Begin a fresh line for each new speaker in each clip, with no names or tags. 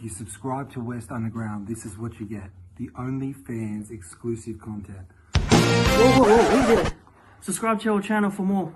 you subscribe to West Underground, this is what you get. The OnlyFans exclusive content.
Whoa, whoa, whoa, whoa. Subscribe to our channel for more.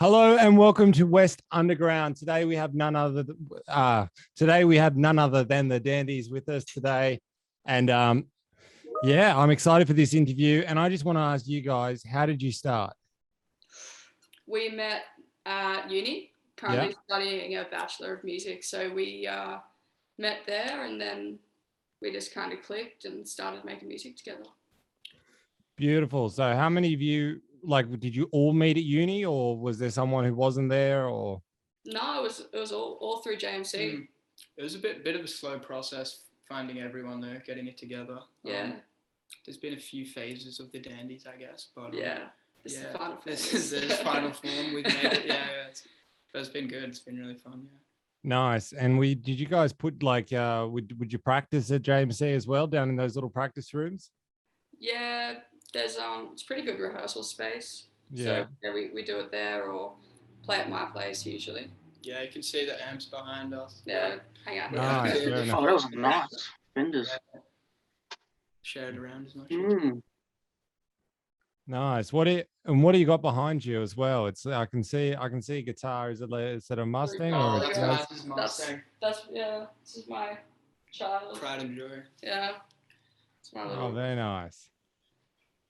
Hello and welcome to West Underground. Today we have none other. Th- uh, today we have none other than the Dandies with us today, and um, yeah, I'm excited for this interview. And I just want to ask you guys, how did you start?
We met at uni, currently
Yeah.
studying a Bachelor of Music. So we uh, met there and then we just kind of clicked and started making music together.
Beautiful. So, how many of you like did you all meet at uni, or was there someone who wasn't there? Or
No, it was it was all, all through JMC.
Mm. It was a bit bit of a slow process finding everyone though, getting it together.
Yeah,
Um, there's been a few phases of the dandies, I guess, but um,
yeah. This is
yeah.
the final
This
phase.
is the final form we've made. It. Yeah, yeah it's, but it's been good. It's been really fun. Yeah.
nice. And we did you guys put like uh, would would you practice at JMC as well down in those little practice rooms?
Yeah, there's um, it's pretty good rehearsal space.
Yeah.
So yeah, we, we do it there or play at my place usually.
Yeah, you can see the amps behind us.
Yeah, hang out here.
Nice.
Yeah.
fair enough.
Oh, that was nice. Fenders.
Shared around as much. as
Mm.
Nice. What it and what do you got behind you as well? It's I can see I can see a guitar. Is it like- is it a Mustang
Oh,
or
Oh,
a-
that's
that's
nice.
nice.
Master's Mustang.
That's yeah. This is my child.
Pride and joy.
Yeah. It's my
oh
little
very nice.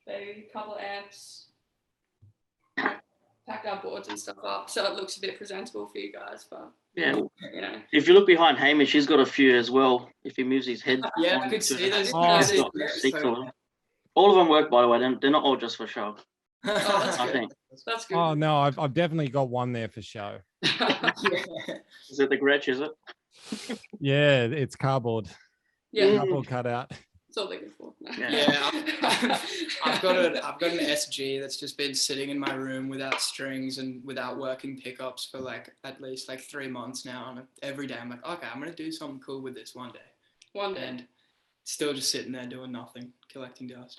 baby. Couple amps. Packed our boards and stuff up, so it looks a bit presentable for you guys. But
Yeah.
you know,
If you look behind Hamish, he's got a few as well. If he moves his head.
Yeah, I
one,
could
two,
see those. Oh,
Oh,
he's
it's
got six of them. All of them work, by the way. They're they're not all just for show.
that's
I
good.
think.
that's good.
Oh no, I've I've definitely got one there for show.
Is it the Gretsch? Is it?
Yeah, it's cardboard.
yeah,
Mm.
Cardboard cutout.
that's all they're good for.
Yeah.
Yeah, I've got a I've got an SG that's just been sitting in my room without strings and without working pickups for like at least like three months now. And every day I'm like, okay, I'm gonna do something cool with this one day,
one day.
and still just sitting there doing nothing, collecting dust.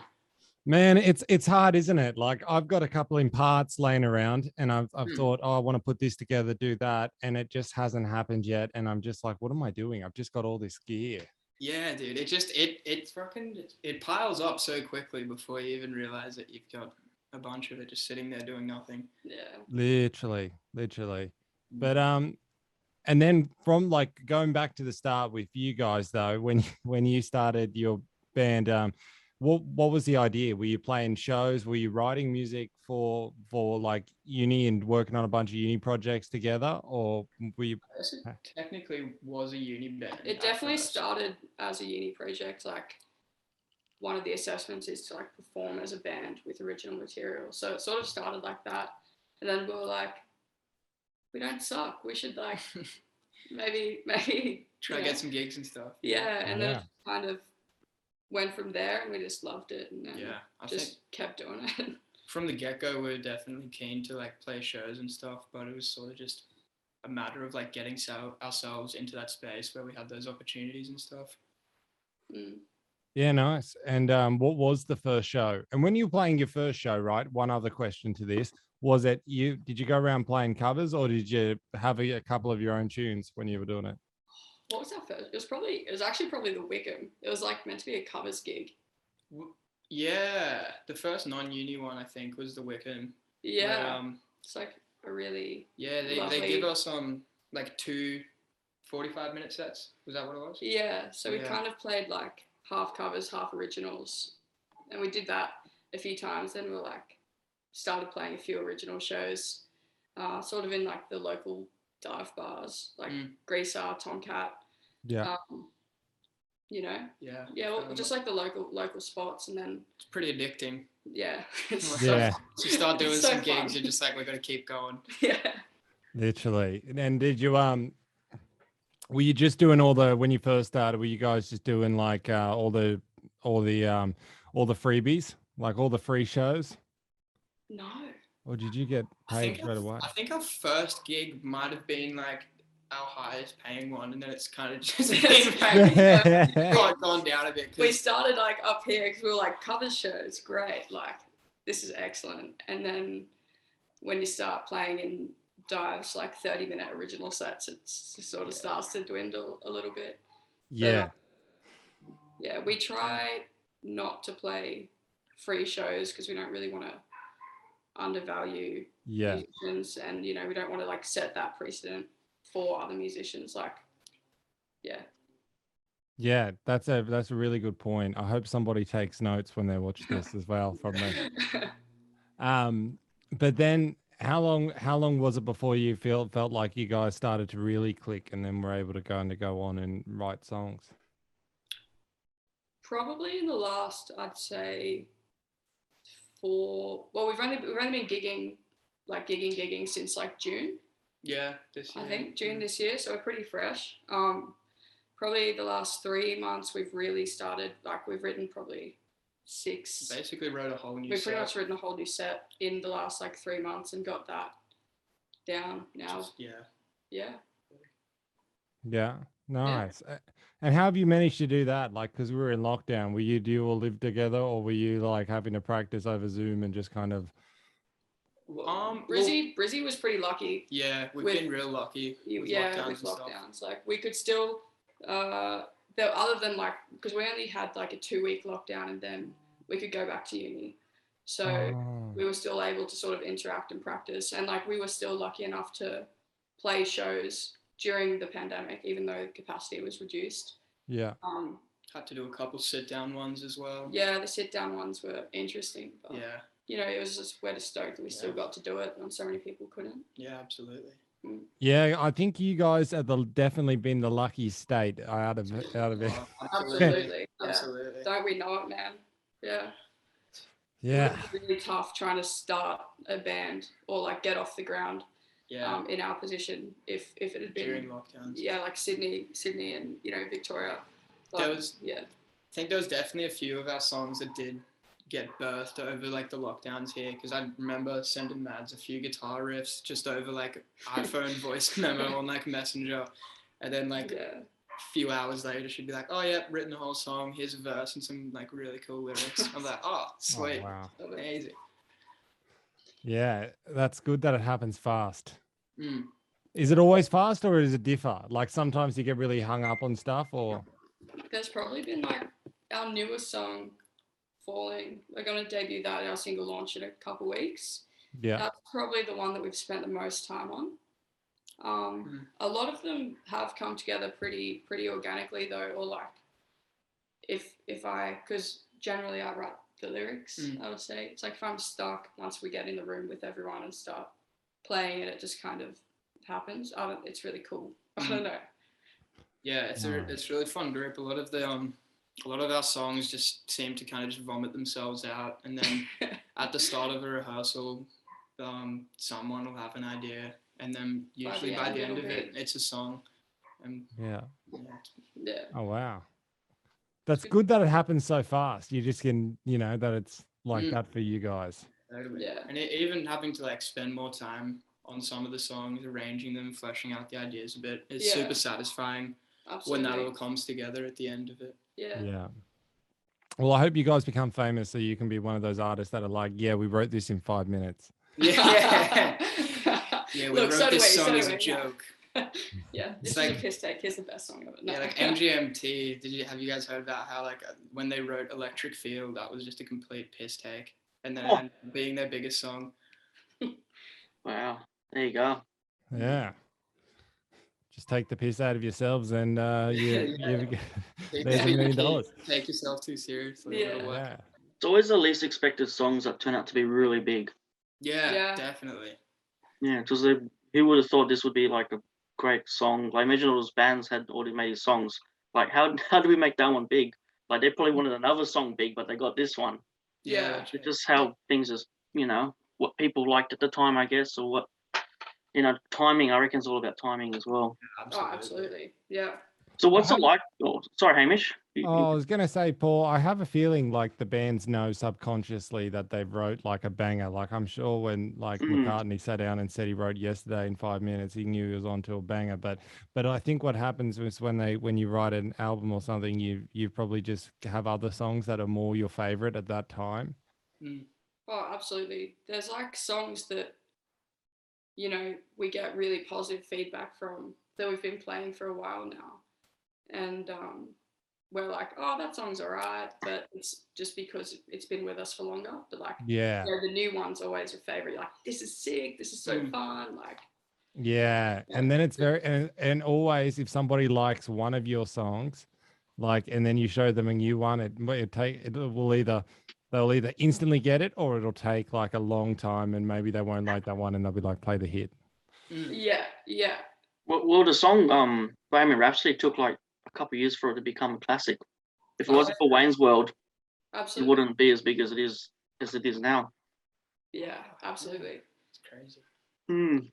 Man, it's it's hard, isn't it? Like I've got a couple in parts laying around, and I've I've
Hmm.
thought, oh, I want to put this together, do that, and it just hasn't happened yet. And I'm just like, what am I doing? I've just got all this gear.
Yeah, dude, it just it it fucking it piles up so quickly before you even realize that you've got a bunch of it just sitting there doing nothing.
Yeah.
Literally, literally. But um, and then from like going back to the start with you guys though, when when you started your band, um, what what was the idea? Were you playing shows? Were you writing music for for like uni and working on a bunch of uni projects together, or were you?
This is- technically was a uni band.
It
at
definitely
first.
started as a uni project. Like one of the assessments is to like perform as a band with original material. So it sort of started like that. And then we were like, we don't suck. We should like maybe maybe
Try
you
to
know.
get some gigs and stuff.
Yeah. And then
Yeah.
it kind of went from there and we just loved it and then
Yeah, I
just
think
kept doing it.
from the get go, we are definitely keen to like play shows and stuff, but it was sort of just a matter of like getting so- ourselves into that space where we had those opportunities and stuff.
Mm.
Yeah, nice. And um, what was the first show? And when you were playing your first show, right? One other question to this was that you did you go around playing covers, or did you have a, a couple of your own tunes when you were doing it?
What was that first? It was probably it was actually probably the Wickham. It was like meant to be a covers gig.
W- Yeah, the first non uni one I think was the Wickham. where,
Yeah.
um,
it's like a really
yeah, they,
Lovely.
they give us um like two 45 minute sets. Was that what it was?
Yeah, so we
Yeah.
kind of played like half covers, half originals, and we did that a few times. Then we were like started playing a few original shows, uh, sort of in like the local dive bars, like
Mm.
Greaser, Tomcat,
Yeah.
um, you know,
Yeah.
yeah, well,
Um,
just like the local local spots, and then
It's pretty addicting.
yeah, it's-
Yeah.
So you start doing
It's so
some gigs,
fun.
you're just like, we're going to keep going.
yeah.
Literally. And then did you um were you just doing all the when you first started, were you guys just doing like uh all the all the um all the freebies, like all the free shows?
No,
Or did you get
I
paid
think
straight
our-
away?
I think our first gig might have been like our highest paying one, and then it's kind of just been uh,
Yes.
gone, gone down a bit. 'cause-
we started like up here because we were like cover shows great like this is excellent and then when you start playing in dives like 30 minute original sets it's, it sort of starts to dwindle a little bit
yeah.
yeah we try not to play free shows because we don't really want to undervalue
Yeah.
musicians and you know we don't want to like set that precedent for other musicians like yeah
Yeah. That's a that's a really good point. I hope somebody takes notes when they watch this as well from me. Um, but then how long how long was it before you felt felt like you guys started to really click and then were able to kind of go on and write songs?
Probably in the last, I'd say, four. Well, we've only we've only been gigging, like gigging, gigging since like June,
yeah, this year. Mm.
I think, June this year. So we're pretty fresh. Um, probably the last three months we've really started. Like we've written probably six.
Basically, wrote a whole new.
We've pretty
set.
much written a whole new set in the last like three months and got that down now.
Just- yeah.
Yeah.
Yeah. Nice. Uh, And how have you managed to do that? Like, because we were in lockdown, were you do you all live together, or were you like having to practice over Zoom and just kind of?
Um. well,
Brizzy Brizzy was pretty lucky
yeah, we've
with-
been real lucky.
You-
with
yeah,
lockdowns
with
and stuff.
lockdowns. Like we could still, uh, though, other than like, because we only had like a two week lockdown and then we could go back to uni. So
Oh,
we were still able to sort of interact and practice. And like we were still lucky enough to play shows during the pandemic, even though capacity was reduced.
yeah.
Um,
Had to do a couple sit down ones as well.
yeah, the sit down ones were interesting. But,
Yeah.
You know, it was just we're just stoked that we still
Yeah.
got to do it and so many people couldn't.
Yeah. Absolutely.
Yeah, I think you guys are the definitely been the lucky state uh, out of out of it.
Oh,
Absolutely. yeah.
Absolutely.
Don't we know it, man? Yeah.
Yeah, Oh,
It's really tough trying to start a band or like get off the ground
Yeah.
um, in our position if if it had been
During lockdowns.
yeah like Sydney Sydney and you know Victoria like,
There was
yeah
I think there was definitely a few of our songs that did get birthed over like the lockdowns here because I remember sending Mads a few guitar riffs just over like iPhone voice memo on like Messenger, and then like a
yeah
few hours later she'd be like, "Oh yeah, written a whole song. Here's a verse and some like really cool lyrics." I'm like, "Oh
Oh,
sweet,
wow.
amazing."
yeah, that's good that it happens fast.
Mm.
Is it always fast, or is it differ? Like sometimes you get really hung up on stuff, or
there's probably been like our newest song Falling we're gonna debut that our single launch in a couple weeks
yeah,
that's probably the one that we've spent the most time on um,
Mm.
a lot of them have come together pretty pretty organically though or like if if i because generally i write the lyrics
Mm.
i would say it's like if i'm stuck once we get in the room with everyone and start playing it it just kind of happens i don't it's really cool i
Hmm.
don't know
Yeah, it's a,
Nice.
it's really fun group. A lot of the um, a lot of our songs just seem to kind of just vomit themselves out, and then at the start of a rehearsal, um, someone will have an idea, and then
By the
usually by
end
the, end
it'll
of it,
be-
it's a song. And
yeah.
yeah,
yeah
Oh wow. That's
good.
good that it happens so fast. You just can, you know, that it's like
Mm.
that for you guys.
totally.
Yeah.
and e- even having to like spend more time on some of the songs, arranging them, fleshing out the ideas a bit, is
Yeah.
super satisfying
absolutely
when that all comes together at the end of it.
yeah
Yeah. Well, I hope you guys become famous so you can be one of those artists that are like, yeah, we wrote this in five minutes.
Yeah, yeah. We
Look,
wrote
so do
this
we, so
song
do
as a
we, yeah.
joke.
yeah
It's
this is
like-
a piss take here's the best song of it
Yeah, like MGMT. Did you have you guys heard about how like uh, when they wrote Electric Field, that was just a complete piss take, and then it
Oh.
ended up being their biggest song.
Wow. There you go.
Yeah. Just take the piss out of yourselves and uh, you,
Yeah.
you
Take
there's a
yourself
million
too-
dollars.
Take yourself too seriously.
Yeah.
it'll work.
Yeah.
It's always the least expected songs that turn out to be really big.
Yeah,
Yeah.
definitely.
Yeah, because who would have thought this would be like a great song? Like, imagine all those bands had already made songs. Like, how how do we make that one big? Like, they probably wanted another song big, but they got this one.
Yeah.
Yeah,
It's just how things is, you know, what people liked at the time, I guess, or what, you know, timing. I reckon it's all about timing as well.
oh absolutely yeah
So what's it
have-
like? Oh, sorry, Hamish. You- you-
Oh, I was gonna say, Paul. I have a feeling like the bands know subconsciously that they wrote like a banger. Like I'm sure when like
Mm.
McCartney sat down and said he wrote yesterday in five minutes, he knew he was onto a banger. But but I think what happens is when they when you write an album or something, you you probably just have other songs that are more your favorite at that time.
Oh, absolutely. There's like songs that, you know, we get really positive feedback from that we've been playing for a while now. And um, we're like, oh, that song's all right. But it's just because it's been with us for longer. But like,
Yeah,
you know, the new one's always your favorite. You're like, this is sick. This is so
Mm.
fun. Like,
yeah. And then it's very and, and always if somebody likes one of your songs, like and then you show them a new one, it mi- it take it will either they'll either instantly get it or it'll take like a long time and maybe they won't like that one and they'll be like play the hit.
Mm.
yeah, yeah.
Well, well, the song um Bohemian Rhapsody took like a couple years for it to become a classic. If it wasn't for Wayne's World, it
Absolutely.
wouldn't be as big as it is as it is now.
Yeah, absolutely.
It's crazy.
Hmm.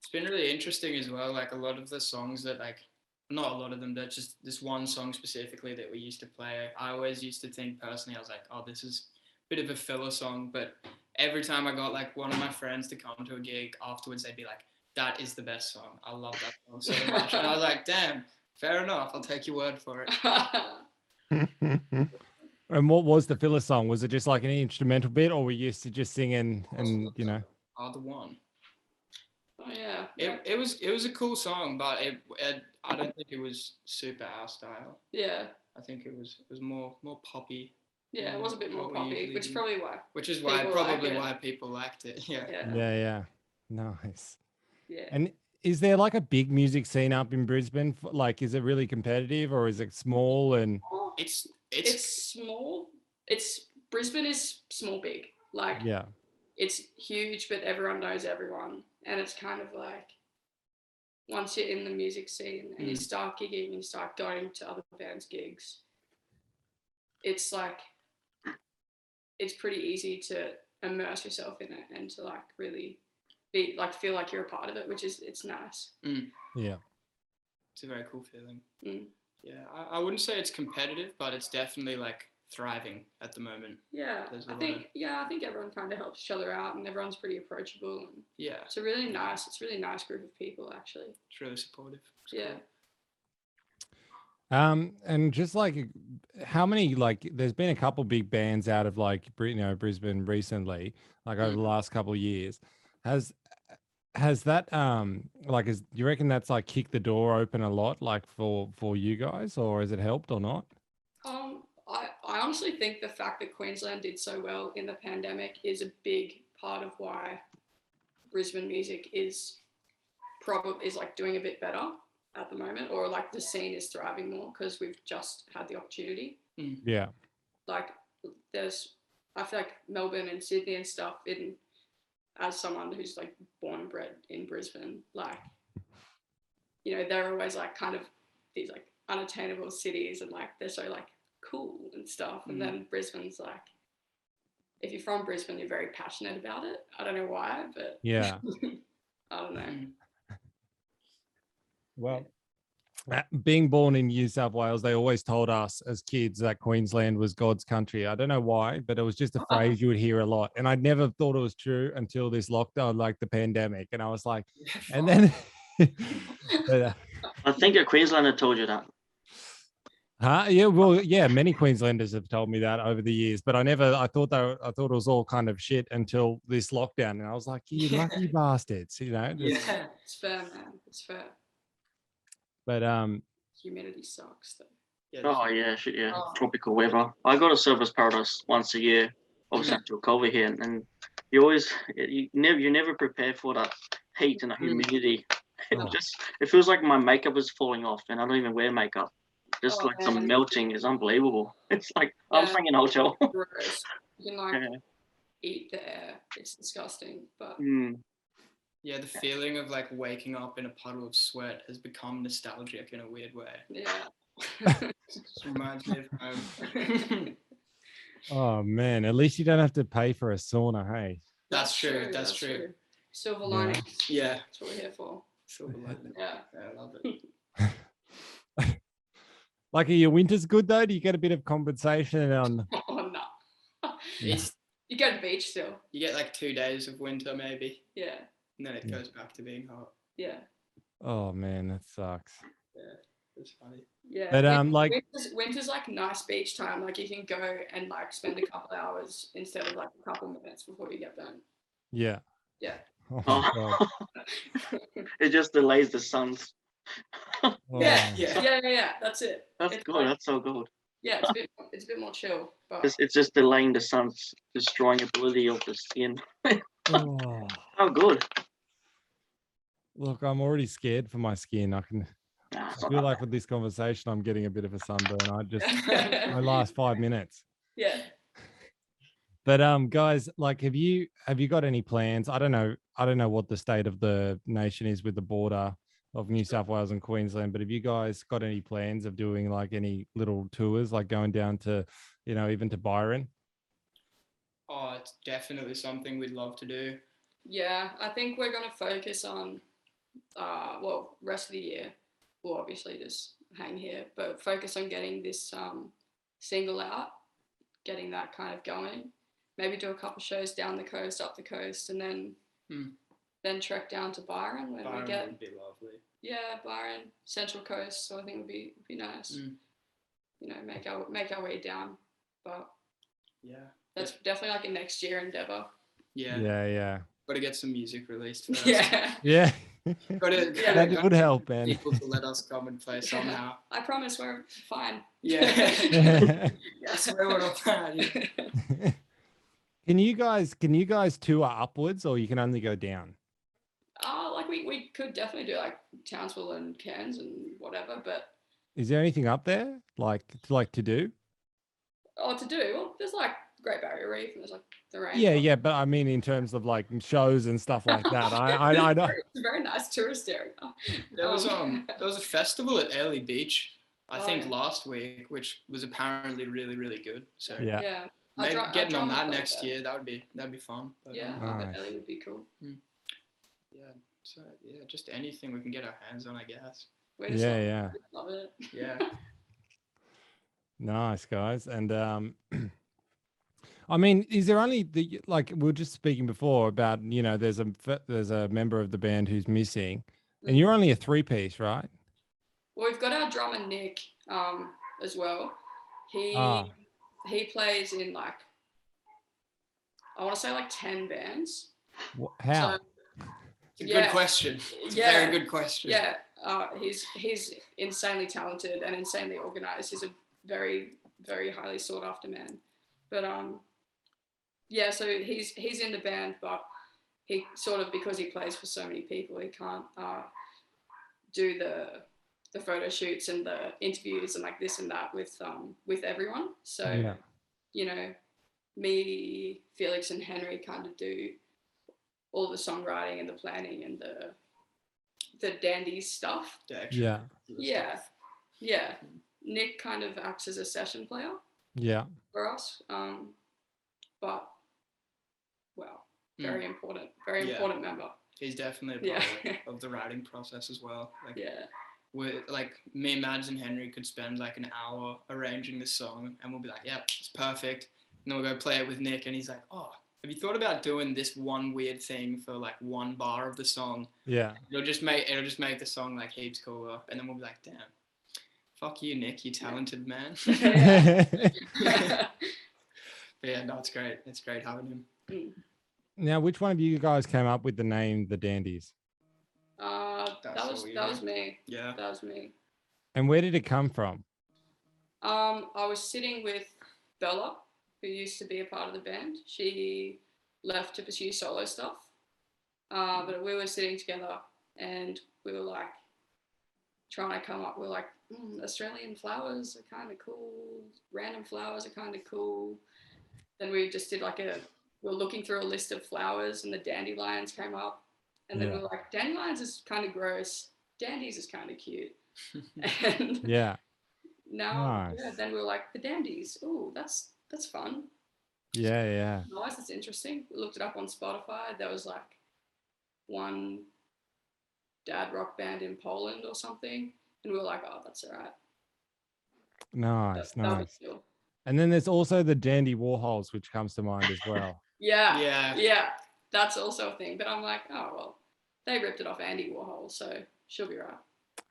It's been really interesting as well. Like a lot of the songs that like, not a lot of them, but just this one song specifically that we used to play. I always used to think personally, I was like, oh, this is a bit of a filler song. But every time I got like one of my friends to come to a gig afterwards, they'd be like, that is the best song. I love that song so much. and I was like, damn, fair enough. I'll take your word for it.
and what was the filler song? Was it just like an instrumental bit or were you used to just singing and you know?
Are the one.
Oh, yeah.
It, it was it was a cool song, but it, it I don't think it was super our style.
yeah.
I think it was it was more more poppy,
Yeah, it was a bit more
What we
poppy,
usually
which is
do.
probably why.
which is why
People like
probably
it.
why people liked it. Yeah.
Yeah.
Yeah, yeah. Nice.
Yeah.
And is there like a big music scene up in Brisbane? F- Like, is it really competitive or is it small? And
It's
it's,
it's,
small. It's Brisbane is small big. Like
yeah,
it's huge, but everyone knows everyone, and it's kind of like once you're in the music scene and you
Mm.
start gigging and you start going to other bands' gigs, it's like it's pretty easy to immerse yourself in it and to like really be like feel like you're a part of it, which is it's nice.
yeah,
it's a very cool feeling.
Mm.
Yeah, I, I wouldn't say it's competitive, but it's definitely like thriving at the moment.
Yeah,
There's a
I
lot
think
of-
yeah, I think everyone kind of helps each other out, and everyone's pretty approachable. And
Yeah,
it's a really nice, it's a really nice group of people actually.
it's really supportive. It's
Yeah.
cool.
um, and just like, uh, how many like? There's been a couple big bands out of like Bri- you know Brisbane recently, like over
Mm.
the last couple of years. Has has that um like is you reckon that's like kicked the door open a lot like for for you guys or has it helped or not?
Um, I, I honestly think the fact that Queensland did so well in the pandemic is a big part of why Brisbane music is probably is like doing a bit better at the moment, or like the scene is thriving more because we've just had the opportunity.
Yeah,
Like there's, I feel like Melbourne and Sydney and stuff. In as someone who's like born and bred in Brisbane, like you know they're always like kind of these like unattainable cities and like they're so like cool and stuff and
Mm.
then brisbane's like if you're from brisbane you're very passionate about it i don't know why but
yeah.
i don't know
Mm.
Well, uh, being born in New South Wales, they always told us as kids that Queensland was God's country. I don't know why, but it was just a
Ah.
phrase you would hear a lot. And I never thought it was true until this lockdown, like the pandemic. And I was like,
Yeah,
and then, but, uh,
I think a Queenslander told you that.
huh? yeah, well, yeah, many Queenslanders have told me that over the years, but I never, I thought they, were, I thought it was all kind of shit until this lockdown. And I was like, you
Yeah.
lucky bastards, you know? just-
yeah.
it's fair man it's fair
But, um,
humidity sucks though
yeah,
Oh yeah, shit, yeah.
Oh.
Tropical weather. I go to Surfers Paradise once a year, obviously until COVID here, and, and you always you never you never prepare for that heat and the
Mm.
humidity. It
Oh.
just it feels like my makeup is falling off, and I don't even wear makeup. Just
Oh,
like some
man.
melting is unbelievable. It's like I'm
Yeah.
staying in a hotel.
gross you can like
Yeah.
eat the air it's disgusting but
Mm,
Yeah, the feeling of like waking up in a puddle of sweat has become nostalgic in a weird way.
yeah
Just reminds me of home.
oh man, at least you don't have to pay for a sauna. Hey,
that's true. That's, true.
silver
Yeah.
linings
Yeah.
that's what we're here for
Silver lining.
yeah
Yeah, I love it.
Like, are your winters good though? Do you get a bit of compensation um, on?
oh no.
Yeah.
It's
you go to the beach still.
you get like two days of winter maybe,
Yeah.
and then it
Yeah.
goes back to being hot.
Yeah.
Oh man, that sucks.
It's funny.
Yeah.
But,
win-
um, like-
winter's, winter's like nice beach time. Like you can go and like spend a couple hours instead of like a couple minutes before you get done.
Yeah.
Yeah.
Oh, my God.
Oh, it just delays the sun's.
Oh,
Yeah,
man.
Yeah.
Yeah, yeah, yeah. That's it.
That's
It's
good.
like-
That's so good.
Yeah, it's a bit it's a bit more chill. But
It's, it's just delaying the sun's destroying ability of the skin.
Oh,
Oh, good.
look, I'm already scared for my skin. I can
Nah,
I feel like with this conversation, I'm getting a bit of a sunburn. I just my
yeah.
last five minutes. But um, guys, like, have you have you got any plans? I don't know. I don't know what the state of the nation is with the border of New South Wales and Queensland. But have you guys got any plans of doing like any little tours, like going down to, you know, even to Byron?
Oh, it's definitely something we'd love to do.
Yeah, I think we're gonna focus on uh well, rest of the year. We'll obviously just hang here, but focus on getting this um single out, getting that kind of going. Maybe do a couple shows down the coast, up the coast, and then
Hmm.
then trek down to Byron when
Byron
we get
would be lovely.
yeah, Byron, Central Coast. So I think would be would be nice.
Mm.
You know, make our make our way down, but
Yeah.
that's definitely like a next year endeavor.
Yeah.
Yeah, yeah,
Gotta get some music released first.
Yeah,
yeah.
Gotta,
Yeah.
gotta
that would help, man.
get people to let us come and play somehow.
I promise we're fine.
Yeah. I
Yes,
swear we're not bad. yeah.
can you guys can you guys tour upwards, or you can only go down?
uh, like we we could definitely do like Townsville and Cairns and whatever, but
Is there anything up there like like to do?
oh, to do well, there's like Great Barrier Reef and there's like the rain.
Yeah, yeah, but I mean in terms of like shows and stuff like that. I I, I know.
It's a very nice tourist area.
There was
Um,
um there was a festival at Early Beach, I
Oh,
think
yeah.
last week, which was apparently really really good. So
Yeah.
I
maybe
dri- I
getting on
drive
that
up
next
there.
year that would be that'd be fun. But,
Yeah,
um,
I bet
Nice.
Ellie would be cool.
So yeah, just anything we can get our hands on, I guess.
We're just
Yeah,
like,
yeah.
love it.
Yeah.
Nice guys. And um I mean, is there only the like we were just speaking before about, you know, there's a f- there's a member of the band who's missing. And you're
Mm-hmm.
only a three piece, right?
Well, we've got our drummer Nick um, as well. He
Ah.
he plays in like I want to say like ten bands.
Wh- How?
So
It's a
Yeah.
good question. It's a
yeah,
very good question.
yeah. Uh, he's he's insanely talented and insanely organized. He's a very very highly sought after man. But um, yeah. So he's he's in the band, but he sort of because he plays for so many people, he can't uh, do the the photo shoots and the interviews and like this and that with um with everyone. So
Yeah.
you know, me, Felix, and Henry kind of do all the songwriting and the planning and the the dandy stuff.
The actual
Yeah.
Yeah, yeah. Nick kind of acts as a session player
Yeah.
for us, um, but well,
Mm.
very important, very
Yeah.
important member.
He's definitely a
Yeah.
part of- of the writing process as well. Like
Yeah,
we like me, Mads, and Henry could spend like an hour arranging this song, and we'll be like, "Yep, it's perfect." And then we'll go play it with Nick, and he's like, "Oh, have you thought about doing this one weird thing for like one bar of the song?
Yeah.
It'll just make it'll just make the song like heaps cooler." And then we'll be like, "Damn, fuck you, Nick, you talented man."
Yeah.
but yeah, no, it's great. It's great having him.
now, which one of you guys came up with the name the Dandies?
uh, that
so
was that
weird.
was me.
Yeah,
That was me.
And where did it come from?
Um, I was sitting with Bella, who used to be a part of the band. She left to pursue solo stuff. Uh, but we were sitting together and we were like trying to come up. We were like, "Hmm, Australian flowers are kind of cool. Random flowers are kind of cool. Then we just did like a, we were looking through a list of flowers and the dandelions came up. And then we
Yeah.
were like, dandelions is kind of gross. Dandies is kind of cute. and
Yeah.
now yeah,
Nice.
then we were like the dandies oh that's that's fun
Yeah. Yeah.
nice that's interesting we looked it up on spotify there was like one dad rock band in poland or something and we were like oh that's all right
Nice,
That- that
nice.
was cool.
And then there's also the Dandy Warhols, which comes to mind as well.
Yeah, yeah,
Yeah.
that's also a thing. But I'm like, oh well, they ripped it off Andy Warhol, so she'll be right.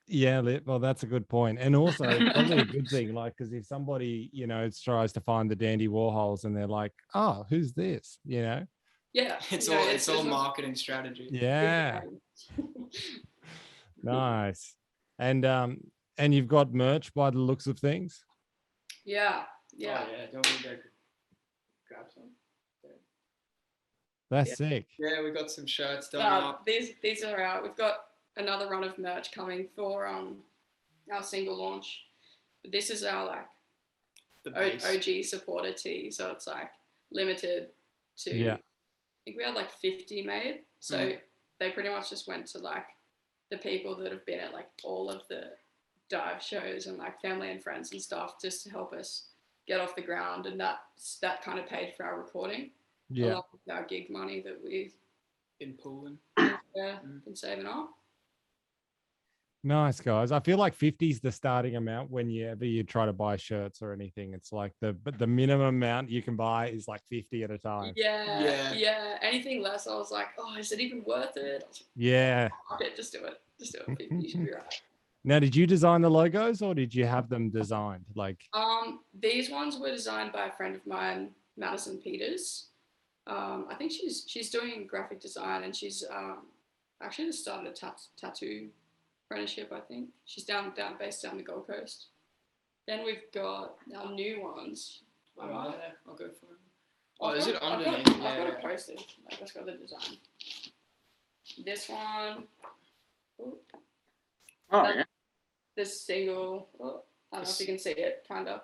yeah, li- well, that's a good point, and also probably a good thing, like because if somebody you know tries to find the Dandy Warhols and they're like, "Oh, who's this?" You know,
Yeah,
It's
you know,
all it's all
a-
marketing strategy.
yeah, nice. And um, and you've got merch by the looks of things.
yeah, yeah.
Oh, yeah. Don't we go grab some?
That's sick.
Yeah, we got some shirts done
Um,
up.
these these are out. We've got another run of merch coming for um our single launch. But this is our like
The base.
O- OG supporter tee, so it's like limited to.
Yeah.
I think we had like 50 made, so
Mhm.
they pretty much just went to like the people that have been at like all of the dive shows and like family and friends and stuff just to help us get off the ground, and that that kind of paid for our recording
Yeah,
along with our gig money that we
in Poland.
yeah,
Mm.
been saving up.
nice guys. I feel like 50 is the starting amount whenever you try to buy shirts or anything. It's like the but the minimum amount you can buy is like 50 at a time.
Yeah,
Yeah.
yeah, Anything less, I was like, oh, is it even worth it? I was
Yeah.
like, "Fuck it, just do it. Just do it. You should be right.
Now, did you design the logos or did you have them designed? Like,
Um, these ones were designed by a friend of mine, Madison Peters. Um, I think she's she's doing graphic design and she's um, actually just started a tat- tattoo apprenticeship. I think she's down down based down the Gold Coast. Then we've got our new ones.
Oh,
Um,
yeah, I'll go for it. Oh,
I've
is
got-
it
I've got-
underneath?
I've got
Yeah.
it posted. I've just got the design. This one. Ooh,
Oh
That-
yeah,
This single. oh, I don't know if you can see it, kind of.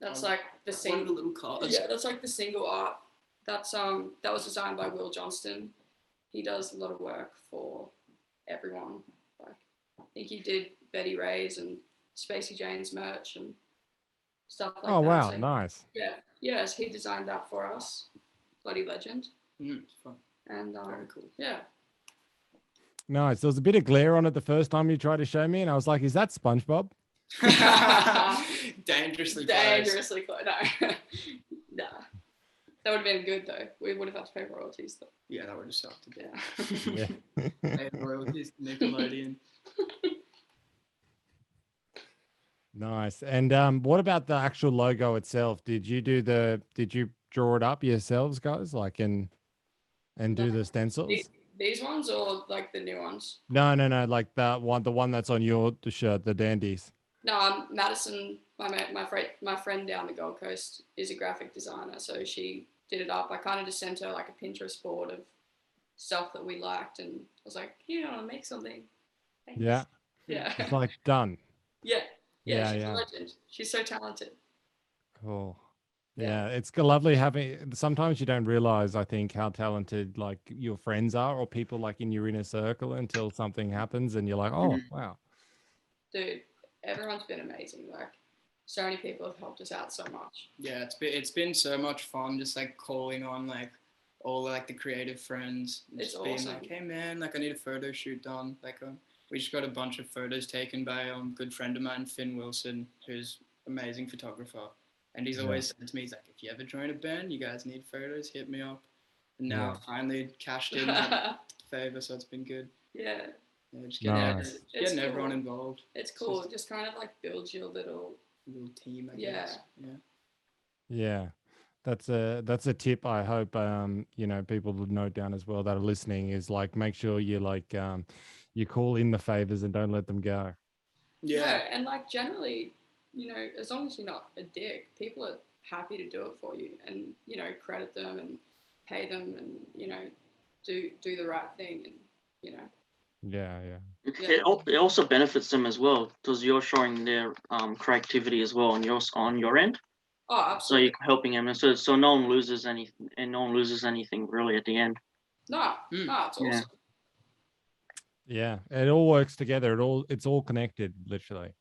That's
Um,
like the
One of the
single.
little cards.
Yeah, that's like the single art. That's um that was designed by Will Johnston. He does a lot of work for everyone. Like I think he did Betty Ray's and Spacey Jane's merch and stuff like
oh,
that.
wow.
So-
Nice.
Yeah. Yes, he designed that for us. Bloody legend.
Mm, it's fun.
And um,
Very cool.
Yeah.
Nice. There was a bit of glare on it the first time you tried to show me, and I was like, is that SpongeBob?
Dangerously close.
Dangerously close. No. nah. That would have been good though. We would have had to pay royalties though.
Yeah, that would have sucked a bit.
Yeah.
Yeah.
Hey, royalties, Nickelodeon.
Nice. And um, what about the actual logo itself? Did you do the, did you draw it up yourselves, guys? Like, and, and do
No.
the stencils?
The- These ones or like the new ones?
No, no, no. Like that one, the one that's on your t- shirt, the dandies.
No, um, Madison, my ma- my friend, my friend down the Gold Coast is a graphic designer, so she did it up. I kind of just sent her like a Pinterest board of stuff that we liked, and I was like, "Here, I'll make something." Thanks."
Yeah.
Yeah.
It's like done.
yeah. Yeah.
Yeah,
She's
yeah.
a legend. She's so talented.
Cool. Yeah,
Yeah.
it's g- lovely having. Sometimes you don't realize, I think, how talented like your friends are or people like in your inner circle until something happens and you're like, oh
Mm-hmm.
wow,
dude, everyone's been amazing. Like, so many people have helped us out so much.
Yeah, it's been it's been so much fun just like calling on like all like the creative friends. and
It's
just being
awesome.
like, hey man, like I need a photo shoot done. Like um, we just got a bunch of photos taken by um good friend of mine, Finn Wilson, who's amazing photographer. And he's
Yeah.
always said to me, he's like, if you ever join a band, you guys need photos, hit me up. And now I've finally cashed in that
yeah,
favor, so it's been good.
it's,
Yeah, just getting,
Nice.
every-
It's
getting everyone
cool.
involved,
it's cool. Just kind of like build your little.
little team, I
Yeah.
guess. Yeah.
yeah, that's a that's a tip. I hope um you know people would note down as well that are listening is like make sure you like um you call in the favors and don't let them go.
Yeah.
No, and like generally, you know, as long as you're not a dick, people are happy to do it for you, and you know, credit them and pay them, and you know, do do the right thing, and you know,
Yeah, yeah.
it,
Yeah.
it al- it also benefits them as well because you're showing their um creativity as well on your s- on your end,
oh,
so
absolutely.
you're helping them, and so so no one loses any and no one loses anything really at the end.
No,
Mm.
no, it's awesome.
Yeah.
Yeah, it all works together. It all it's all connected, literally.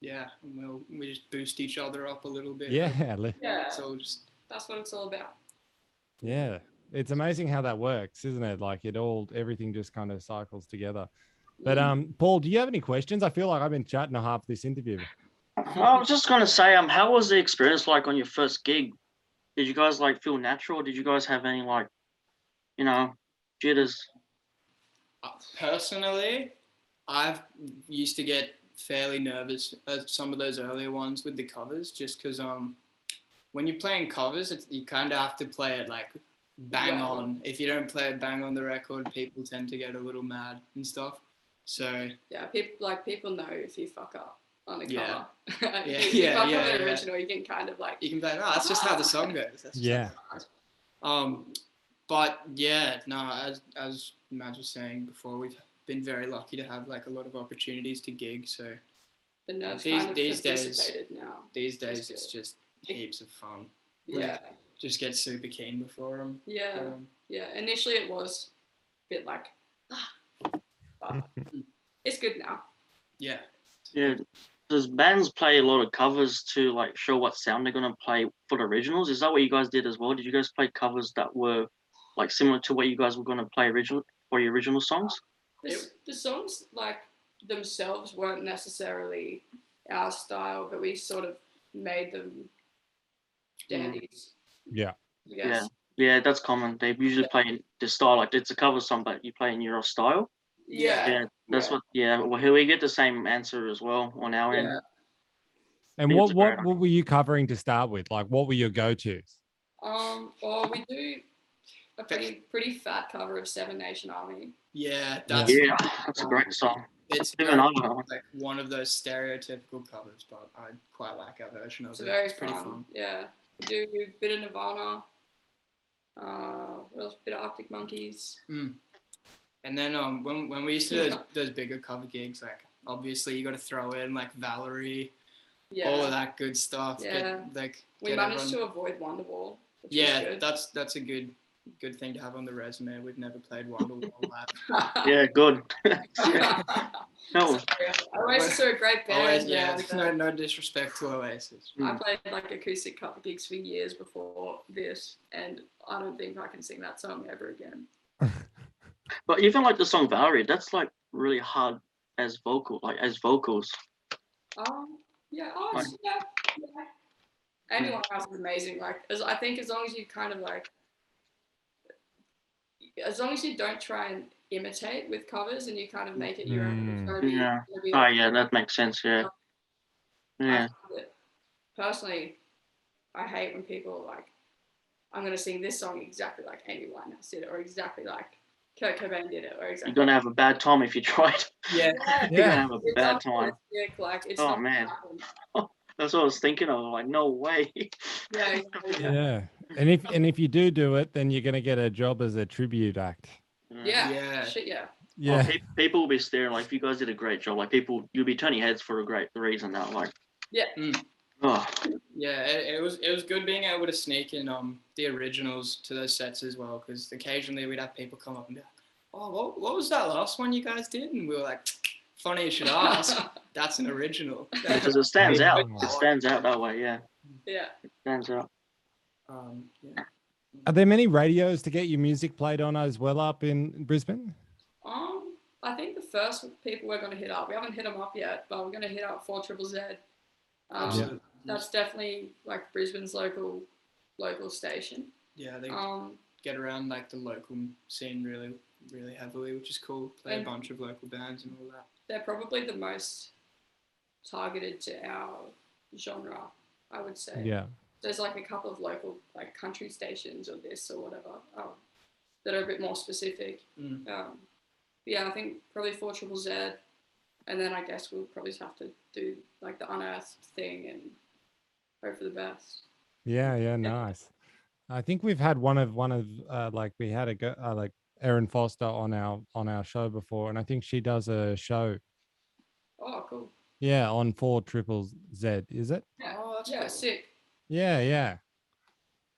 Yeah, and we'll we just boost each other up a little bit.
Yeah, li-
Yeah,
It's all just
that's what it's all about.
yeah. It's amazing how that works, isn't it? Like it all everything just kind of
Mm.
cycles together. But um, Paul, do you have any questions? I feel like I've been chatting a half this interview.
Mm-hmm.
I was just gonna say, um, how was the experience like on your first gig? Did you guys like feel natural? Did you guys have any like, you know, jitters?
Uh, Personally, I've used to get fairly nervous at some of those earlier ones with the covers, just because um, when you're playing covers, it's, you kind of have to play it like bang
Yeah.
on. If you don't play it bang on the record, people tend to get a little mad and stuff. So
Yeah, people like people know if you fuck up on a cover.
Yeah.
If
Yeah,
you
yeah,
fuck
yeah,
up on an
yeah.
original, you can kind of like
you can be like, oh, that's just how the song goes. That's just how
Yeah.
Um, but yeah, no, as as Mads was saying before, we've been very lucky to have like a lot of opportunities to gig. So
the nerves
These-
kind of
these days-
dissipated now.
these
That's
days it's
good.
just heaps of fun.
Yeah,
Just get super keen before Um, them.
yeah, yeah. Initially, it was a bit like, ah, but it's good now.
yeah,
Yeah. Does bands play a lot of covers to like show what sound they're gonna play for the originals? Is that what you guys did as well? Did you guys play covers that were like similar to what you guys were gonna play original for your original songs?
The, s- the songs like themselves weren't necessarily our style, but we sort of made them dandies.
Yeah.
I guess.
Yeah, that's common. They usually play this style, like it's a cover song, but you play in your style.
Yeah.
Yeah, that's
yeah.
what. Yeah, well, here we get the same answer as well on our end.
Yeah.
And
think
what
it's a great
what what were you covering to start with? Like, what were your go tos?
Um, well, we do a pretty pretty fat cover of Seven Nation Army.
yeah. That's
Yeah, that's a great song.
it's
Even
very
I know.
much like one of those stereotypical covers, but I quite like our version of
It's
it.
very
it's pretty
fun.
fun.
Yeah, we do a bit of Nirvana. Uh, what else? bit of Arctic Monkeys.
And then um, when when we used to do those, those bigger cover gigs, like obviously you got to throw in like Valerie,
Yeah,
all of that good stuff. get-
Yeah.
like
we
get
managed
everyone-
to avoid Wonderwall. Which was
Yeah,
good.
that's that's a good good thing to have on the resume. We've never played Wonderwall live.
Yeah, good. No,
Oasis are a great band.
Always,
yeah,
yeah.
but
No, no disrespect to Oasis.
I played like acoustic cover gigs for years before this, and I don't think I can sing that song ever again.
but even like the song Valerie, that's like really hard as vocal, like as vocals.
Um, yeah, oh,
Fine.
it's- yeah, yeah. Anyone else is amazing. Like, as I think, as long as you kind of like, as long as you don't try and imitate with covers and you kind of make it your own, it's
Mm.
gonna be,
Yeah.
it's gonna be
Oh
like-
yeah, that makes sense. Yeah,
I
yeah.
find it- Personally, I hate when people are like, I'm gonna sing this song exactly like Amy Winehouse did it, or exactly like Kurt Cobain did it, or
You're
exactly.
gonna have a bad time if you try it.
Yeah,
You're gonna
Yeah.
have a
It's
bad
not
time.
realistic, Like, it's
Oh,
not gonna
man.
happen.
That's what I was thinking of. Like, no way.
Yeah, yeah, yeah.
Yeah. And if and if you do do it, then you're gonna get a job as a tribute act.
Yeah.
yeah.
Shit, yeah.
Well,
Yeah.
pe- people will be staring. Like, you guys did a great job. Like, people, you'll be turning heads for a great reason. Now, like,
Yeah.
Mm.
Oh,
Yeah, it, it was it was good being able to sneak in um the originals to those sets as well because occasionally we'd have people come up and be like, "Oh, what, what was that last one you guys did?" And we were like, "Funny you should ask. That's an original."
because it stands out.
Yeah.
It stands out that way. Yeah,
Yeah.
it stands out.
um, yeah.
Are there many radios to get your music played on as well up in Brisbane?
Um, I think the first people we're going to hit up, we haven't hit them up yet, but we're going to hit up 4 Triple Z. Um,
Absolutely.
That's definitely like Brisbane's local local station.
Yeah, they
Um,
get around like the local scene really, really heavily, which is cool. Play
And-
a bunch of local bands and all that.
they're probably the most targeted to our genre, I would say.
Yeah.
There's like a couple of local like country stations or this or whatever um, that are a bit more specific.
Mm.
Um, yeah, I think probably 4 Triple Z. And then I guess we'll probably just have to do like the unearthed thing and hope for the best.
Yeah, yeah, nice. I think we've had one of one of uh, like we had a go, uh, like Erin Foster on our on our show before, and I think she does a show.
Oh, cool.
Yeah, on four triple Z, is it?
Yeah.
Oh, that's
Yeah,
cool.
sick.
Yeah, yeah,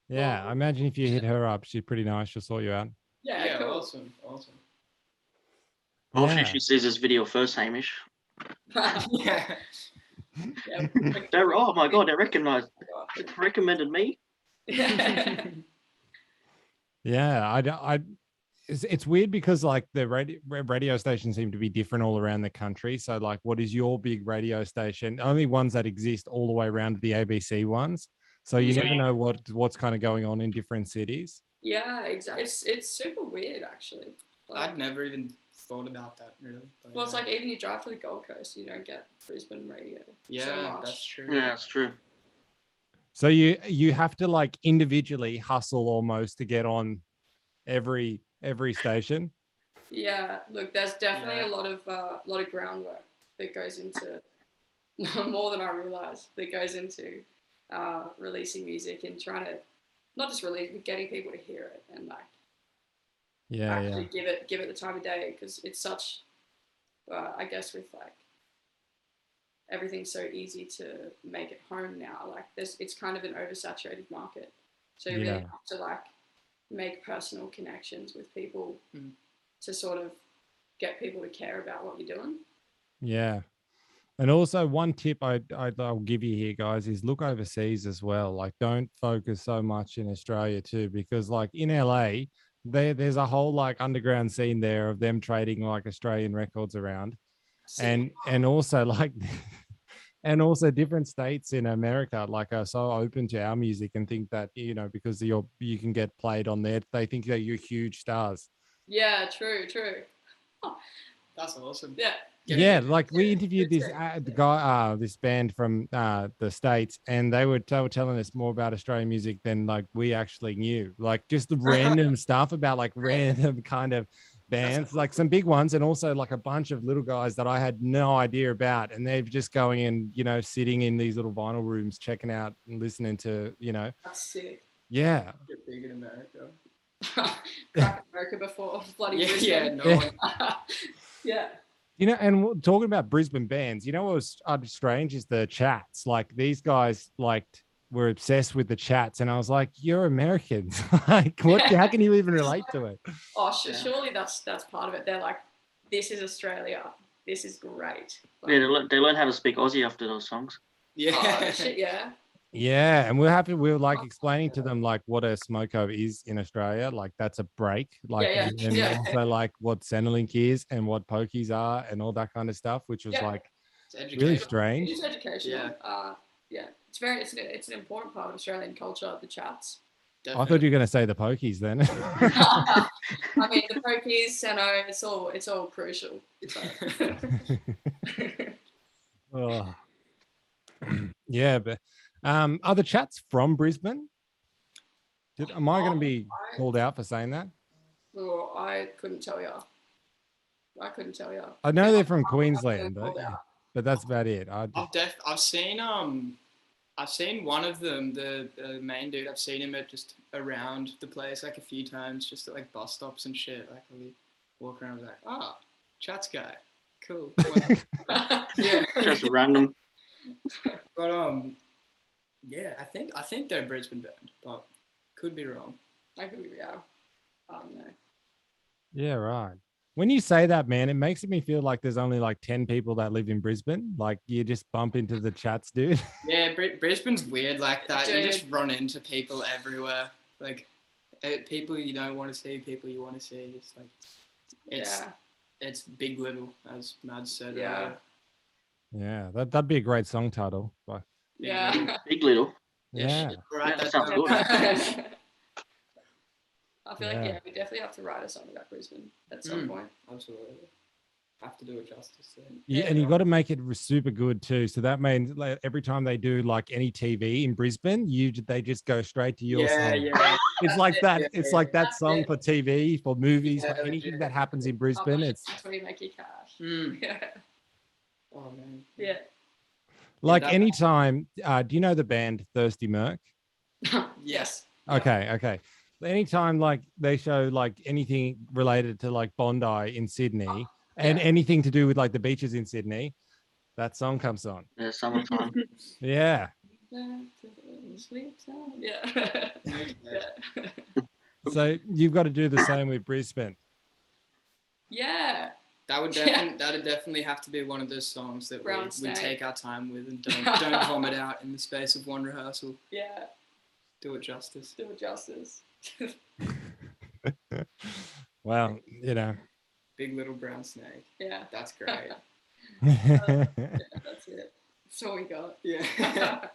yeah. I imagine if you hit her up, she's pretty nice. She'll sort you out.
Yeah,
yeah,
cool.
awesome, awesome.
Hopefully,
Yeah.
she sees this video first, Hamish.
yeah,
yeah.
They're, oh my god, they recognized, recommended me.
yeah.
Yeah, I, d- I- it's, it's weird because like the radio, radio stations seem to be different all around the country. So like, what is your big radio station? Only ones that exist all the way around the ABC ones. So you never
Yeah.
know what what's kind of going on in different cities.
Yeah, exactly. It's it's super weird actually. Like,
I'd never even thought about that really. but
well, it's
yeah.
like even you drive to the Gold Coast, you don't get Brisbane radio.
yeah,
so much.
that's true.
Yeah, that's true.
So you you have to like individually hustle almost to get on every every station.
Yeah, look, there's definitely
Yeah.
a lot of uh, lot of groundwork that goes into more than I realized that goes into uh, releasing music and trying to not just release, but getting people to hear it and like
Yeah, yeah.
actually give it give it the time of day because it's such. Uh, I guess with like everything's so easy to make at home now. Like this, it's kind of an oversaturated market, so you
Yeah.
really have to like make personal connections with people
Mm.
to sort of get people to care about what you're doing.
Yeah. And also one tip I, I I'll give you here, guys, is look overseas as well. Like don't focus so much in Australia too, because like in LA, there there's a whole like underground scene there of them trading like Australian records around.
So-
And and also like and also different states in America like are so open to our music and think that, you know, because you're you can get played on there, they think that you're huge stars.
yeah, true, true.
That's awesome.
Yeah,
Yeah,
yeah like we
yeah,
interviewed
that's
this
it,
uh, the
yeah.
guy uh this band from uh the states and they were, they were telling us more about australian music than like we actually knew like just the
Uh-huh.
random stuff about like random kind of bands like some big ones and also like a bunch of little guys that i had no idea about and they're just going and you know sitting in these little vinyl rooms checking out and listening to you know
that's sick.
yeah
Get big in America.
Crack America before bloody
Yeah, yeah,
Brisbane.
no
Yeah.
one.
yeah.
You know, and w- talking about Brisbane bands, you know what was uh, strange is the chats. Like these guys, like were obsessed with the chats, and I was like, "You're Americans. like, what? How can you even relate to it?"
Oh, su-
Yeah.
surely that's that's part of it. They're like, this is Australia. This is great.
Yeah, they
Like,
learn, they learn how to speak Aussie after those songs.
oh,
Yeah.
shit, yeah.
Yeah, and we're happy. We were like explaining to them like what a smoke over is in Australia. Like that's a break. Like
yeah,
and- and
yeah.
also like what Centrelink is and what pokies are and all that kind of stuff, which was
Yeah.
like
It's
really
educational.
strange.
It's educational.
Yeah.
Uh, yeah. It's very. It's an, it's an important part of Australian culture. The chats.
I thought you were gonna say the pokies then.
I mean, the pokies, and I. It's all. It's all crucial.
Definitely.
Oh. yeah, but um, are the chats from Brisbane? Did, am I going
Oh,
to be
I-
called out for saying that?
Well, I couldn't tell you. I couldn't tell you.
I know they're from
I- I
Queensland, but,
couldn't call out.
but that's about it. I,
I've def- I've seen um, I've seen one of them, the, the main dude. I've seen him at just around the place like a few times, just at like bus stops and shit. Like I'll be walking around, I was like, ah, chats guy, cool. yeah,
Just random.
but um, yeah, I think I think they're Brisbane band, but could be wrong.
I Um, could be real. I don't know.
yeah, right. When you say that, man, it makes me feel like there's only like 10 people that live in Brisbane. Like you just bump into the chats, dude.
Yeah, Br- Brisbane's weird like that. You just
Dude.
run into people everywhere, like eh, people you don't want to see, people you want to see. It's like It's-
yeah.
it's big little, as Mad said.
Yeah.
earlier.
yeah, that, that'd be a great song title. But
Yeah.
Big little.
Yeah,
yeah.
shit, Right,
Yeah,
that
sounds
sounds
good.
I feel
Yeah.
like yeah, we definitely have to write a song about Brisbane at some
Mm.
point.
Absolutely. Have to do it justice then.
Yeah, and you got to make it r- super good too. So that means like, every time they do like any TV in Brisbane, you j- they just go straight to your
Yeah,
song.
yeah.
It's like
it,
that.
yeah,
it's
yeah,
like that
that's
song
it.
for TV, for movies,
Yeah,
for anything
legit.
that happens in Brisbane.
Publish,
It's
Oh, that's where you make your cash.
Mm.
Yeah,
Oh man.
yeah.
like
that-
anytime. Uh, do you know the band Thirsty Merc?
Yes.
Yeah.
Okay, okay. Anytime like they show like anything related to like Bondi in Sydney and
yeah.
anything to do with like the beaches in Sydney, that song comes on.
Yeah, summertime.
Yeah.
Yeah. yeah.
So you've got to do the same with Brisbane.
Yeah.
That would
Yeah.
definitely that would definitely have to be one of those songs that we,
Brown
we
Snake.
take our time with and don't don't vomit out in the space of one rehearsal.
Yeah.
Do it justice.
Do it justice.
Well, you know.
Big Little Brown Snake.
Yeah,
That's great.
that's it. That's all we got.
yeah.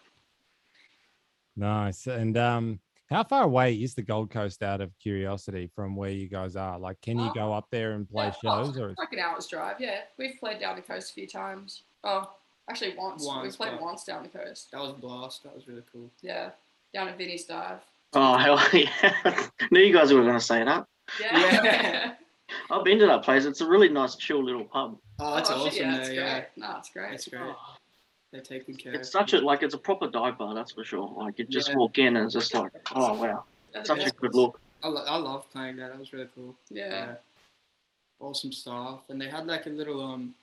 nice. And um, how far away is the Gold Coast out of curiosity from where you guys are? Like, can you go up there and play
Uh, Yeah, oh,
shows or?
it's like an hour's drive. Yeah, we've played down the coast a few times. Oh, actually once.
Once,
we've played
but-
once down the coast.
that was a blast. That was really cool.
Yeah, down at Vinny's dive.
Oh hell yeah! Knew you guys were gonna say that.
Yeah.
Yeah.
I've been to that place. It's a really nice, chill little pub.
Oh, that's
shit,
awesome.
Yeah,
though,
it's
yeah.
great. No, it's great.
That's great. They're taking care.
It's such a like it's a proper dive bar, that's for sure. Like you just
Yeah.
walk in and it's just like, oh wow,
I think
such a
that's-
good look.
I, lo- I love playing that. That was really cool.
Yeah.
Awesome stuff. And they had like a little um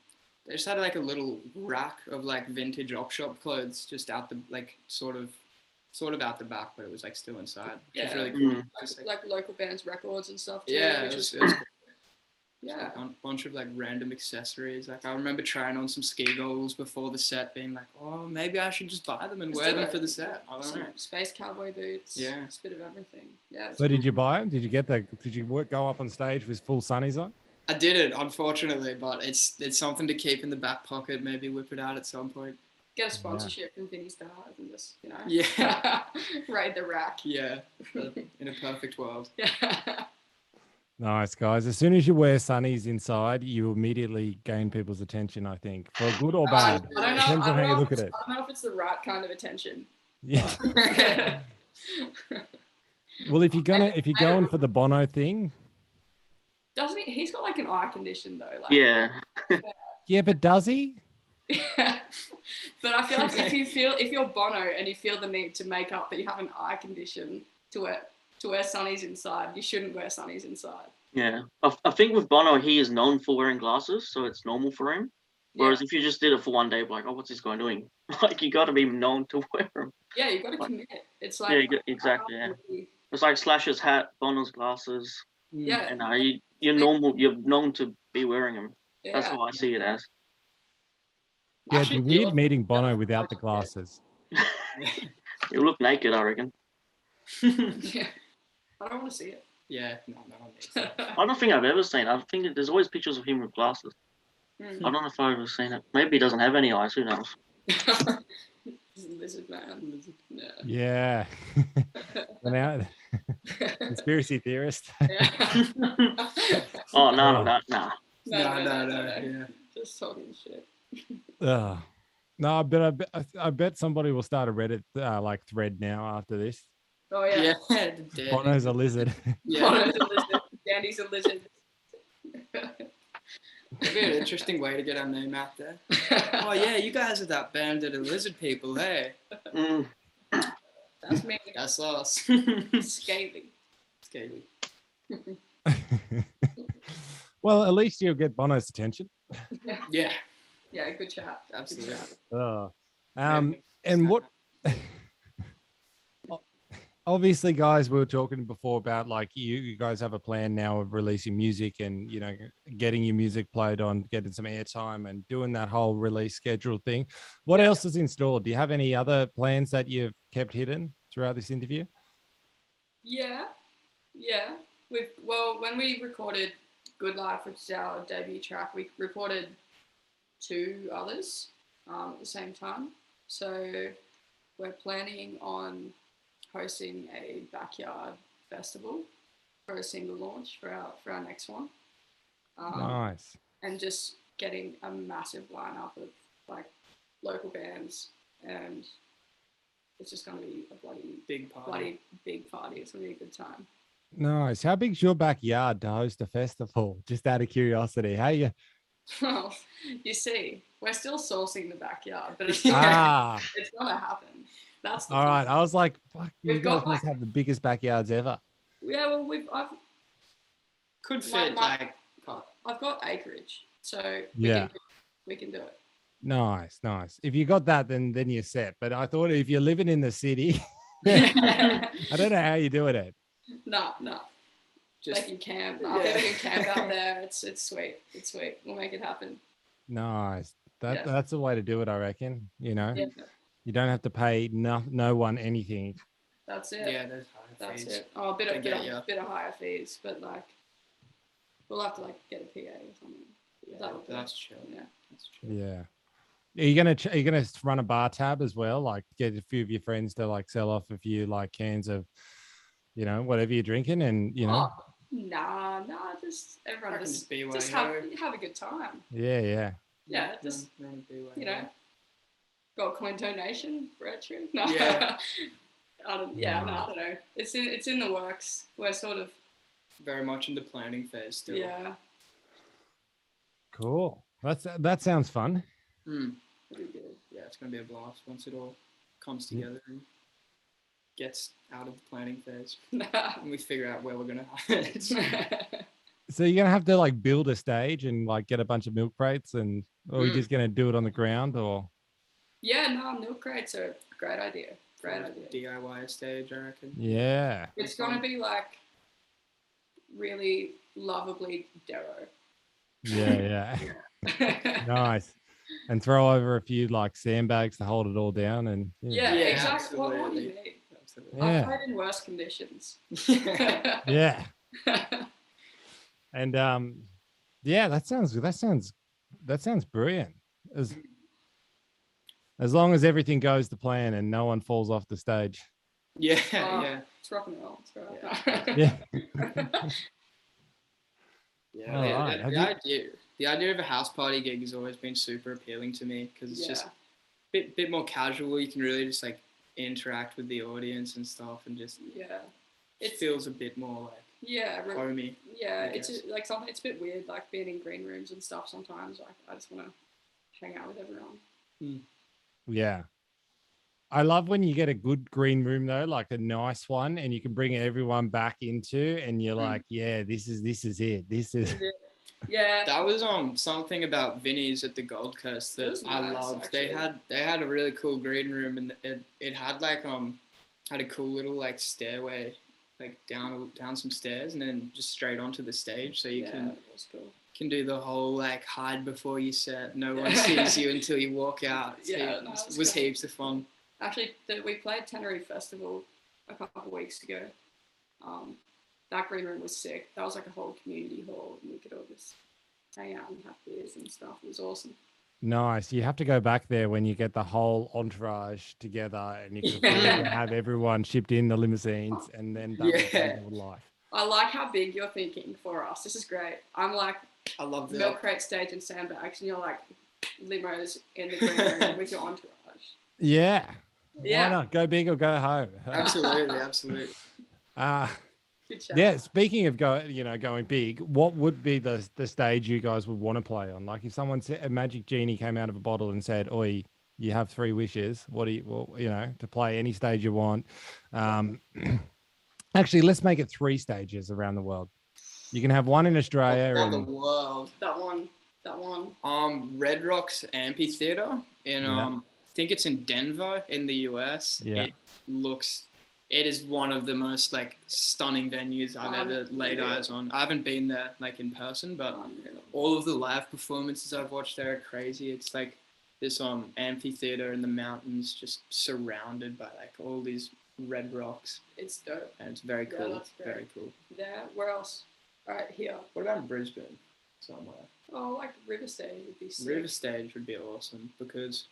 they just had like a little rack of like vintage op shop clothes just out the like sort of sort of out the back, but it was like still inside. Which
Yeah.
is really cool.
Mm.
Just, like,
Like local bands' records and stuff. Too,
yeah,
which
it was,
was-
it was cool.
yeah.
a bunch of like random accessories. Like I remember trying on some ski goggles before the set, being like, "Oh, maybe I should just buy them and
Just
wear
do
them
it.
for the set." I don't know.
Some space cowboy boots.
Yeah.
It's a bit of everything. Yeah. it's
So did you buy them? Did you get the? Did you work, go up on stage with full sunnies on?
I did it, unfortunately, but it's it's something to keep in the back pocket. Maybe whip it out at some point.
Get a sponsorship from Vinny's dive and just, you know,
Yeah,
ride the rack.
yeah. In a perfect world.
Yeah.
Nice guys. As soon as you wear sunnies inside, you immediately gain people's attention. I think for good or
I
bad.
don't know. I
Depends on
don't
how you
know
look
if
at
it's- I don't know if it's the right kind of attention.
Yeah.
yeah.
Well, if you're gonna, if you're
I don't
going for the Bono thing,
Doesn't he? He's got like an eye condition though. Like,
Yeah.
yeah, but does he?
but I feel like if you feel if you're Bono and you feel the need to make up that you have an eye condition to wear to wear sunnies inside, you shouldn't wear sunnies inside.
Yeah, I, I think with Bono, he is known for wearing glasses, so it's normal for him. Whereas if you just did it for one day, be like, oh, what's this guy doing? Like, you got to be known to wear them.
yeah, you've got to commit. It's like um,
Yeah, you got- exactly. Yeah. It's like Slash's hat, Bono's glasses,
Hmm.
Yeah,
and uh, you, you're normal. You're known to be wearing them. That's
yeah.
what I see it as.
Yeah,
Actually,
it'd be weird
look-
meeting Bono without the glasses.
You look naked, I reckon.
Yeah. I don't want to see it.
Yeah, no, no, one needs that.
I don't think I've ever seen. I think there's always pictures of him with glasses.
Mm.
I don't know if I've ever seen it. Maybe he doesn't have any eyes. Who knows?
He's a lizard man. Lizard.
Yeah.
Yeah.
An out- Conspiracy theorist.
Yeah.
Oh no,
Oh.
no, no.
No, no, no, no, no.
Yeah.
Just talking shit.
Ugh. No, I bet, I bet I- I bet somebody will start a Reddit uh, like thread now after this.
Oh
Yeah.
yeah.
the dead.
Bono's a lizard.
yeah.
Bono's a lizard. Dandy's a lizard.
It'd be an interesting way to get our name out there. Oh yeah, you guys are that band that are lizard people, hey.
Mm.
That's me.
That's us.
Scathing.
Scaly.
well, at least you'll get Bono's attention.
Yeah,
Yeah, good chat. Good
absolutely.
chat.
Ugh. Um, and what obviously guys we were talking before about like you you guys have a plan now of releasing music and you know getting your music played on getting some airtime and doing that whole release schedule thing what else is in store do you have any other plans that you've kept hidden throughout this interview
Yeah, yeah. We've well, when we recorded "Good Life," which is our debut track, we recorded two others um, at the same time. So we're planning on hosting a backyard festival for a single launch for our for our next one, um,
nice
and just getting a massive lineup of like local bands, and it's just going to be a bloody
Big party.
bloody big party. It's gonna be a good time.
nice how big's your backyard to host a festival just out of curiosity how you
Well, you see, we're still sourcing the backyard, but it's not,
ah
it's gonna happen. That's the
all right
thing.
i was like fuck, you
We've got,
guys must have the biggest backyards ever
Yeah, well, we've I've
Could
My-
fit
my-
like
I've got acreage, so
Yeah.
we can, do- we can do it.
Nice, nice. If you got that, then then you're set. But I thought if you're living in the city, I don't know how you're doing it.
no, no,
just
they can camp. I'll
Yeah.
they can camp out there. It's it's sweet. It's sweet. We'll make it happen.
Nice. That
Yeah.
that's the way to do it, I reckon. You know,
Yeah,
you don't have to pay no no one anything.
that's it.
yeah, there's high
That's
fees.
it. Oh, a bit
I
of bit
get
of,
ya.
bit of higher fees, but like We'll have to like get a PA or something.
Yeah,
That would be-
that's true.
Yeah.
That's true.
Yeah. Are you gonna ch- are you gonna s- run a bar tab as well? Like get a few of your friends to like sell off a few like cans of, you know, whatever you're drinking, and you
Ah.
know,
Nah, nah, just everyone
Fucking
just
BYO.
just have have a good time.
yeah, yeah.
yeah,
Run-
just,
run a BYO.
You know, got coin donation retro. No.
Yeah.
I don't, yeah, no,
Wow.
I don't know. It's in it's in the works. We're sort of
very much in the planning phase still.
yeah.
Cool. That's that sounds fun.
Mm. Pretty good. Yeah, it's gonna be a blast once it all comes
Yeah.
together and gets out of the planning phase,
yeah.
and we figure out where we're gonna hide. it.
So you're gonna have to like build a stage and like get a bunch of milk crates, and or we are
Mm.
just gonna do it on the ground, or
No, milk crates are a great idea. Great idea.
DIY stage, I reckon.
yeah,
It's gonna be like really lovably Darrow.
yeah, yeah. nice. And throw over a few like sandbags to hold it all down, and
Yeah,
Yeah,
exactly. What more do you need?
Absolutely.
Yeah.
I've played in worse conditions.
yeah. And um, yeah, that sounds that sounds that sounds brilliant. As as long as everything goes to plan and no one falls off the stage.
Yeah,
Oh.
yeah,
it's rock and roll. It's rock
Yeah.
yeah.
All
the-
right,
The,
have
the
you-
idea, the idea of a house party gig has always been super appealing to me because it's just a bit, bit more casual. You can really just like interact with the audience and stuff, and just
yeah,
it
It's-
feels a bit more like
yeah, re-
homey.
yeah.
I
It's
guess.
just, like something. It's a bit weird, like being in green rooms and stuff. Sometimes, like I just want to hang out with everyone.
Yeah. I love when you get a good green room though, like a nice one, and you can bring everyone back into, and you're
Mm.
Hmm.
like, yeah, this is this is it. This is
Yeah,
That was um something about Vinny's at the Gold Coast
It
that
was
I
nice,
loved. They
actually.
had they had a really cool green room and it it had like um had a cool little like stairway like down down some stairs and then just straight onto the stage so you
yeah,
can
it was cool.
can do the whole like hide before you set no one
Yeah.
sees you until you walk out. It's
Yeah,
heaps-
no, it's
it was
cool.
heaps of fun.
Actually, the, we played Tenerife Festival a couple of weeks ago. Um, that green room was sick. That was like a whole community hall, and we could all just hang out and have beers and stuff. It was awesome.
nice. You have to go back there when you get the whole entourage together and you can fucking
Yeah.
have everyone shipped in the limousines and then that was
Yeah.
real life.
I like how big you're thinking for us. This is great. I'm like
I love that.
milk crate stage and sandbags, and you're like limos in the green room with your entourage.
Yeah. Why
Yeah, Uh,
not? Go big or go home.
Absolutely, absolutely.
Uh,
good shout.
yeah. Speaking of go, you know, going big, what would be the the stage you guys would want to play on? Like, if someone said a magic genie came out of a bottle and said, "Oi, you have three wishes. What do you, well, you know, to play any stage you want?" Um, actually, let's make it three stages around the world. You can have one in Australia,
What the
and
world.
That one, that one.
Um, Red Rocks Amphitheater in
Yeah.
um, I think it's in Denver in the U.S.
Yeah.
It looks, it is one of the most like stunning venues I've ever laid
Unreal.
eyes on. I haven't been there like in person, but
Unreal.
all of the live performances I've watched there are crazy. It's like this um amphitheater in the mountains, just surrounded by like all these red rocks,
It's dope.
and it's very
Yeah,
cool.
that's great.
very cool.
There. Where else? All right, here.
What about Brisbane? Somewhere.
Oh, like River Stage would be sick.
River Stage would be awesome because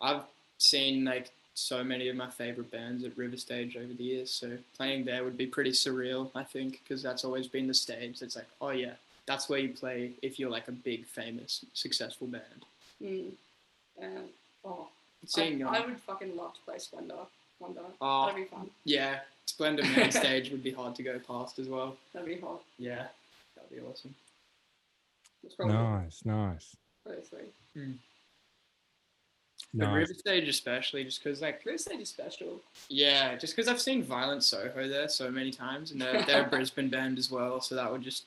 I've seen like so many of my favorite bands at River Stage over the years. So playing there would be pretty surreal, I think, because that's always been the stage that's like, oh yeah, that's where you play if you're like a big, famous, successful band.
Mm. And oh,
Seeing
I,
um,
I would fucking love to play Splendor. One day.
Oh.
That'd be fun.
yeah, Splendor Main Stage would be hard to go past as well.
That'd be hot.
Yeah, that'd be awesome.
It's probably
nice, nice,
probably three.
But
nice.
River Stage especially, just because like
River Stage is special.
Yeah, just because I've seen Violent Soho there so many times, and they're, they're a Brisbane band as well, so that would just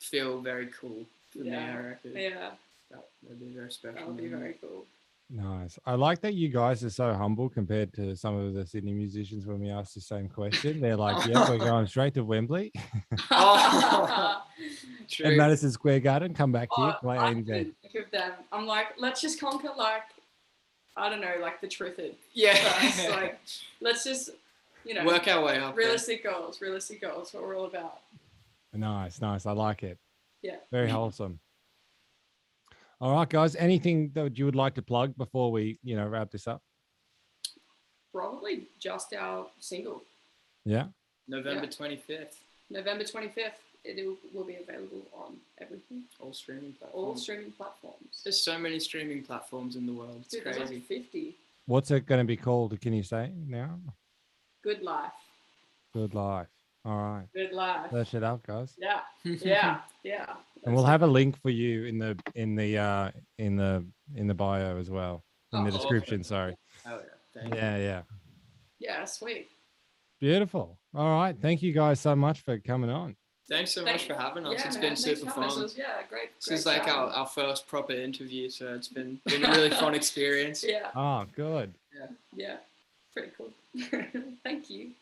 feel very cool for me.
Yeah,
I reckon.
Yeah,
That would be very special.
that would be
moment.
very cool.
Nice. I like that you guys are so humble compared to some of the Sydney musicians when we asked the same question. They're like, yeah, we're going straight to Wembley
Oh. True.
and Madison Square Garden, come back here,
Oh,
play
I
ANZ.
think of them. I'm like, let's just conquer like, I don't know, like the Triffid. first,
yeah.
like, let's just, you know,
Work our way up. there.
realistic goals. Realistic goals. What we're all about.
Nice, nice. I like it.
Yeah.
Very wholesome. All right, guys. Anything that you would like to plug before we, you know, wrap this up?
Probably just our single,
Yeah.
November
Yeah.
25th,
November 25th. It will, will be available on everything,
all streaming
all
platforms.
streaming platforms.
There's so many streaming platforms in the world. It's
Dude, there's
crazy.
like 50.
What's it going to be called? Can you say now?
Good life.
Good life. All right.
Good life.
That's it up, guys.
Yeah. Yeah. Yeah.
And we'll have a link for you in the in the uh in the in the bio as well. In the
Oh,
description, sorry.
Oh, yeah. Thank
Yeah, yeah.
Yeah. Sweet.
Beautiful. All right. Thank you guys so much for coming on.
Thanks so
Thank-
much for having us.
yeah,
It's
man,
been
thanks
super
for having us.
fun.
It was- Yeah. Great.
This
great
is like our,
chatting.
our first proper interview, so it's been, been a really fun experience.
Yeah.
Oh, Ah, good.
Yeah. Pretty cool. Thank you.